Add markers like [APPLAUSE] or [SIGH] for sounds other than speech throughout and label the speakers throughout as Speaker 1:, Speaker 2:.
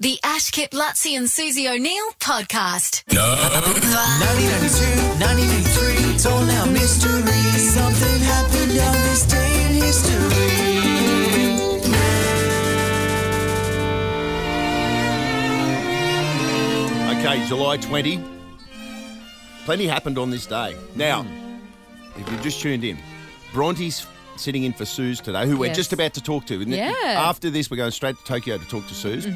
Speaker 1: The Ash Kip Lutzi and Susie O'Neill podcast.
Speaker 2: No.
Speaker 3: 1992, 1993, it's all now mystery. Something happened on this day in history.
Speaker 4: Okay, July 20. Plenty happened on this day. Now, if you've just tuned in, Bronte's sitting in for Suze today, who we're
Speaker 5: Yes.
Speaker 4: just about to talk to. isn't it?
Speaker 5: Yeah. Mm-hmm.
Speaker 4: After this, we're going straight to Tokyo to talk to Suze.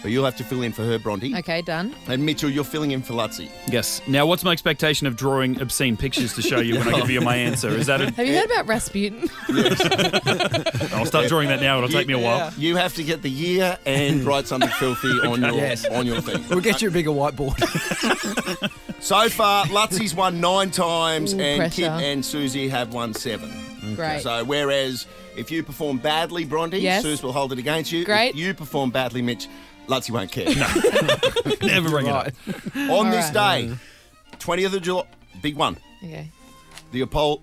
Speaker 4: But you'll have to fill in for her, Bronte.
Speaker 5: Okay, done.
Speaker 4: And Mitchell, you're filling in for Lutzi.
Speaker 6: Yes. Now, what's my expectation of drawing obscene pictures to show you when I
Speaker 5: [LAUGHS]
Speaker 6: give you my answer? Is that? A,
Speaker 5: Have you heard about Rasputin? [LAUGHS]
Speaker 6: I'll start drawing that now. It'll take me a while.
Speaker 4: You have to get the year and write something filthy on your on your thing.
Speaker 3: We'll get you a bigger whiteboard.
Speaker 4: [LAUGHS] So far, Lutzi's won nine times,
Speaker 5: Ooh,
Speaker 4: and Kit
Speaker 5: pressure.
Speaker 4: and Susie have won seven.
Speaker 5: Great.
Speaker 4: So whereas if you perform badly, Bronte,
Speaker 5: Yes.
Speaker 4: Suze will hold it against you.
Speaker 5: Great.
Speaker 4: If you perform badly, Mitch, Lutzy won't care.
Speaker 6: Never bring it up.
Speaker 4: [LAUGHS] On this
Speaker 5: right.
Speaker 4: day, 20th of July, big one,
Speaker 5: Okay.
Speaker 4: the Apollo,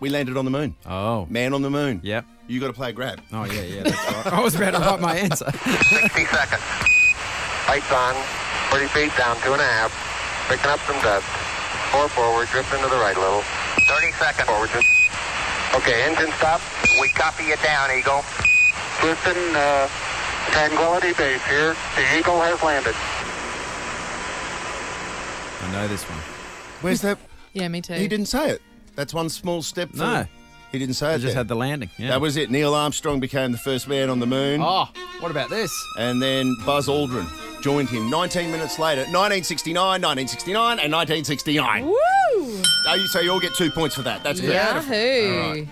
Speaker 4: we landed on the moon.
Speaker 7: Oh.
Speaker 4: Man on the moon.
Speaker 7: Yep.
Speaker 4: You got to play grab.
Speaker 7: Oh, yeah, yeah. That's right. I was about to write my answer.
Speaker 8: 60 seconds. Lights on. 40 feet down, two and a half. Picking up some dust. Four forward, drifting to the right a little. 30 seconds. Forward. drift. Okay, engine stop. We copy you down, Eagle. Listen, uh, Tranquility Base here. The Eagle has landed.
Speaker 7: I know this one.
Speaker 4: Where's that?
Speaker 5: Yeah, me too.
Speaker 4: He didn't say it. That's one small step. for-
Speaker 7: No.
Speaker 4: He didn't say
Speaker 7: I
Speaker 4: it.
Speaker 7: just
Speaker 4: there.
Speaker 7: had the landing. Yeah.
Speaker 4: That was it. Neil Armstrong became the first man on the moon.
Speaker 7: Oh, what about this?
Speaker 4: And then Buzz Aldrin joined him 19 minutes later. 1969, 1969, and 1969.
Speaker 5: Woo!
Speaker 4: Oh, you- so you all get two points for that. That's good.
Speaker 5: Yahoo!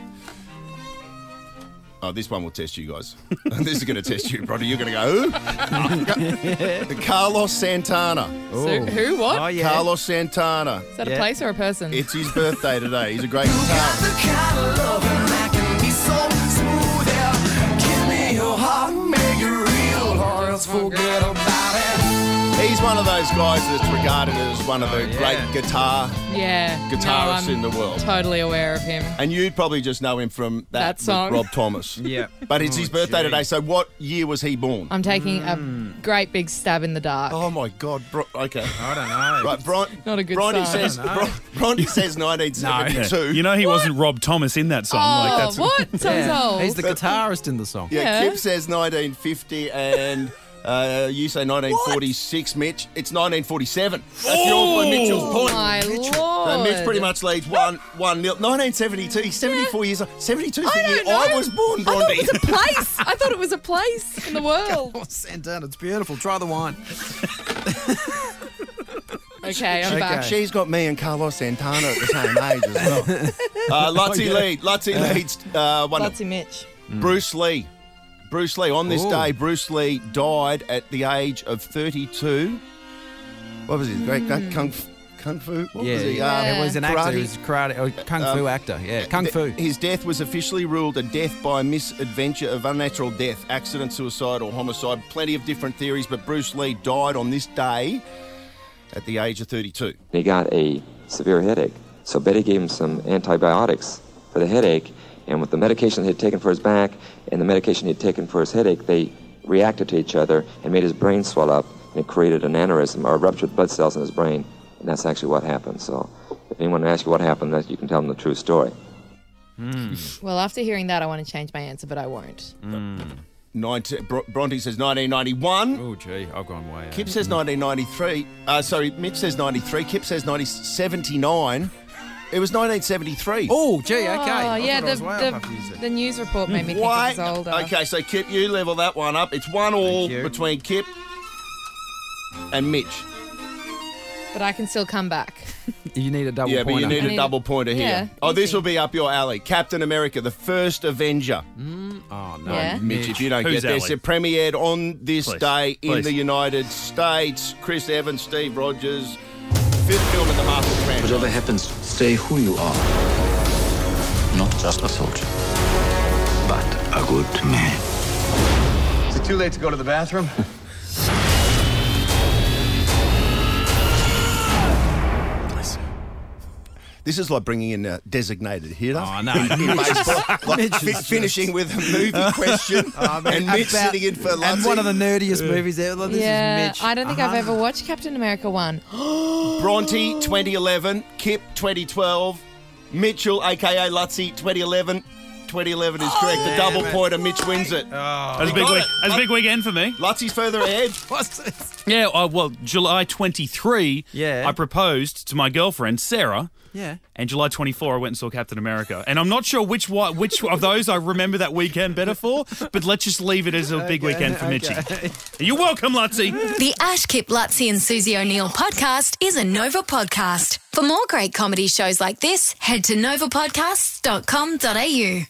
Speaker 4: Oh, this one will test you guys. [LAUGHS] this is going to test you, Bronte. You're going to go,
Speaker 7: [LAUGHS]
Speaker 4: who? [LAUGHS] Carlos Santana.
Speaker 5: So, who? What?
Speaker 7: Oh, yeah.
Speaker 4: Carlos Santana.
Speaker 5: Is that a
Speaker 7: Yeah.
Speaker 5: place or a person?
Speaker 4: It's his birthday today. He's a great guitarist.
Speaker 3: The kind of loving that can be so smooth. yeah. Give me your heart, make it real, or else forget about it.
Speaker 4: He's one of those guys that's regarded as one of the
Speaker 7: Oh, yeah.
Speaker 4: great guitar.
Speaker 5: yeah.
Speaker 4: guitarist
Speaker 5: no, I'm
Speaker 4: in the world.
Speaker 5: Totally aware of him.
Speaker 4: And you probably just know him from that,
Speaker 5: That
Speaker 4: with
Speaker 5: song.
Speaker 4: Rob
Speaker 5: [LAUGHS]
Speaker 4: Thomas.
Speaker 7: Yeah.
Speaker 4: But it's
Speaker 7: Oh,
Speaker 4: his birthday
Speaker 7: gee.
Speaker 4: today. So what year was he born?
Speaker 5: I'm taking a great big stab in the dark.
Speaker 4: Mm. Oh my God. Bro-
Speaker 5: [LAUGHS]
Speaker 4: okay.
Speaker 7: I don't know.
Speaker 4: Right, Bron-
Speaker 5: Not a good
Speaker 4: Bronte
Speaker 5: sign.
Speaker 4: says,
Speaker 7: I don't know.
Speaker 4: Bron- Bronte
Speaker 5: [LAUGHS]
Speaker 4: says 1972.
Speaker 6: You know he wasn't Rob Thomas in that song.
Speaker 5: Oh,
Speaker 6: like
Speaker 4: [LAUGHS]
Speaker 6: that's
Speaker 5: what?
Speaker 6: [LAUGHS]
Speaker 5: So
Speaker 7: Yeah.
Speaker 5: old.
Speaker 7: He's the guitarist in the song.
Speaker 4: Yeah,
Speaker 5: Yeah.
Speaker 4: Kip says 1950 and uh, you say 1946, Mitch. It's 1947. That's your point, Mitchell's
Speaker 5: oh
Speaker 4: point.
Speaker 5: my
Speaker 4: So
Speaker 5: lord!
Speaker 4: Mitch pretty much leads one one nil. 1972, 74 years. 72 is the
Speaker 5: I
Speaker 4: year
Speaker 5: don't know.
Speaker 4: I was born,
Speaker 5: I thought
Speaker 4: Bronte.
Speaker 5: it was a place. I thought it was a place
Speaker 4: [LAUGHS]
Speaker 5: in the world.
Speaker 7: Oh, Santana, it's beautiful. Try the wine.
Speaker 5: Okay, I'm back.
Speaker 4: She's got me and Carlos Santana at the same age as well. [LAUGHS] Uh, Lutzi lead. Lutzi leads. Uh, one
Speaker 5: Lotsy Mitch.
Speaker 7: Mm.
Speaker 4: Bruce Lee. Bruce Lee. On this
Speaker 7: Ooh.
Speaker 4: day, Bruce Lee died at the age of 32. What was his
Speaker 7: Mm.
Speaker 4: great great kung, f- kung fu? What was he? Um,
Speaker 5: uh,
Speaker 7: it was an actor.
Speaker 4: karate? Um,
Speaker 7: He was a karate, oh, kung fu actor. Yeah, kung fu.
Speaker 4: Th- His death was officially ruled a death by misadventure of unnatural death, accident, suicide, or homicide. Plenty of different theories, but Bruce Lee died on this day at the age of 32.
Speaker 9: and he got a severe headache. So Betty gave him some antibiotics for the headache, and with the medication he had taken for his back and the medication he had taken for his headache, they reacted to each other and made his brain swell up, and it created an aneurysm or ruptured blood cells in his brain, and that's actually what happened. So if anyone asks you what happened, that you can tell them the true story.
Speaker 5: Well, after hearing that, I want to change my answer, but I won't.
Speaker 4: 19, Bro- Bronte says 1991.
Speaker 7: Oh, gee, I've gone way out.
Speaker 4: Kip says 1993. Uh, sorry, Mitch says 93. Kip says 1979. It was 1973.
Speaker 7: Oh, gee,
Speaker 5: Oh,
Speaker 7: okay. I
Speaker 5: yeah,
Speaker 7: thought I
Speaker 5: the,
Speaker 7: was way off after you
Speaker 5: the,
Speaker 7: said-
Speaker 5: the news report made me think
Speaker 4: Why?
Speaker 5: it was older.
Speaker 4: Okay, so Kip, you level that one up. It's one all
Speaker 7: you.
Speaker 4: between Kip and Mitch.
Speaker 5: But I can still come back. [LAUGHS]
Speaker 7: You need a double
Speaker 4: Yeah, but you
Speaker 7: pointer.
Speaker 4: need
Speaker 5: I
Speaker 4: a
Speaker 5: need
Speaker 4: double
Speaker 5: a-
Speaker 4: pointer here.
Speaker 5: yeah,
Speaker 4: oh, this
Speaker 5: easy.
Speaker 4: will be up your alley. Captain America, the first Avenger.
Speaker 7: Oh, no.
Speaker 5: Yeah.
Speaker 4: Mitch, if you don't
Speaker 6: Who's
Speaker 4: get this,
Speaker 6: alley?
Speaker 4: it premiered on this
Speaker 6: Please,
Speaker 4: day in
Speaker 6: please.
Speaker 4: the United States. Chris Evans, Steve Rogers, fifth film in the Marvel franchise.
Speaker 10: happens, stay who you are. Not just a soldier, but a good man.
Speaker 3: Is it too late to go to the bathroom?
Speaker 4: This is like bringing in a designated hitter.
Speaker 7: Oh, no.
Speaker 4: In, [LAUGHS] in baseball. like
Speaker 7: Mitch
Speaker 4: fi-
Speaker 7: is
Speaker 4: finishing with a [LAUGHS] movie question Oh, and Mitch
Speaker 7: About-
Speaker 4: sitting in for Lutzi.
Speaker 7: And one of the nerdiest movies ever. This
Speaker 5: yeah,
Speaker 7: is Mitch.
Speaker 5: I don't think I've
Speaker 7: Uh-huh.
Speaker 5: ever watched Captain America one.
Speaker 4: Bronte 2011, Kip 2012, Mitchell aka Lutzi 2011. 2011 is correct. the double pointer, Mitch wins it.
Speaker 6: That's a big,
Speaker 4: got
Speaker 6: week,
Speaker 4: it.
Speaker 6: that's a big weekend for me.
Speaker 4: Lutzi's further ahead.
Speaker 5: [LAUGHS]
Speaker 7: What's this?
Speaker 6: Yeah, uh, well, July 23,
Speaker 7: Yeah.
Speaker 6: I proposed to my girlfriend, Sarah.
Speaker 7: Yeah.
Speaker 6: And July 24, I went and saw Captain America. And I'm not sure which one, which of those I remember that weekend better for, but let's just leave it
Speaker 5: [LAUGHS]
Speaker 6: as a big weekend for Mitchie. You're welcome, Lutzi.
Speaker 1: The Ash Kip Lutzi and Susie O'Neill podcast is a Nova podcast. For more great comedy shows like this, head to novapodcasts.com.au.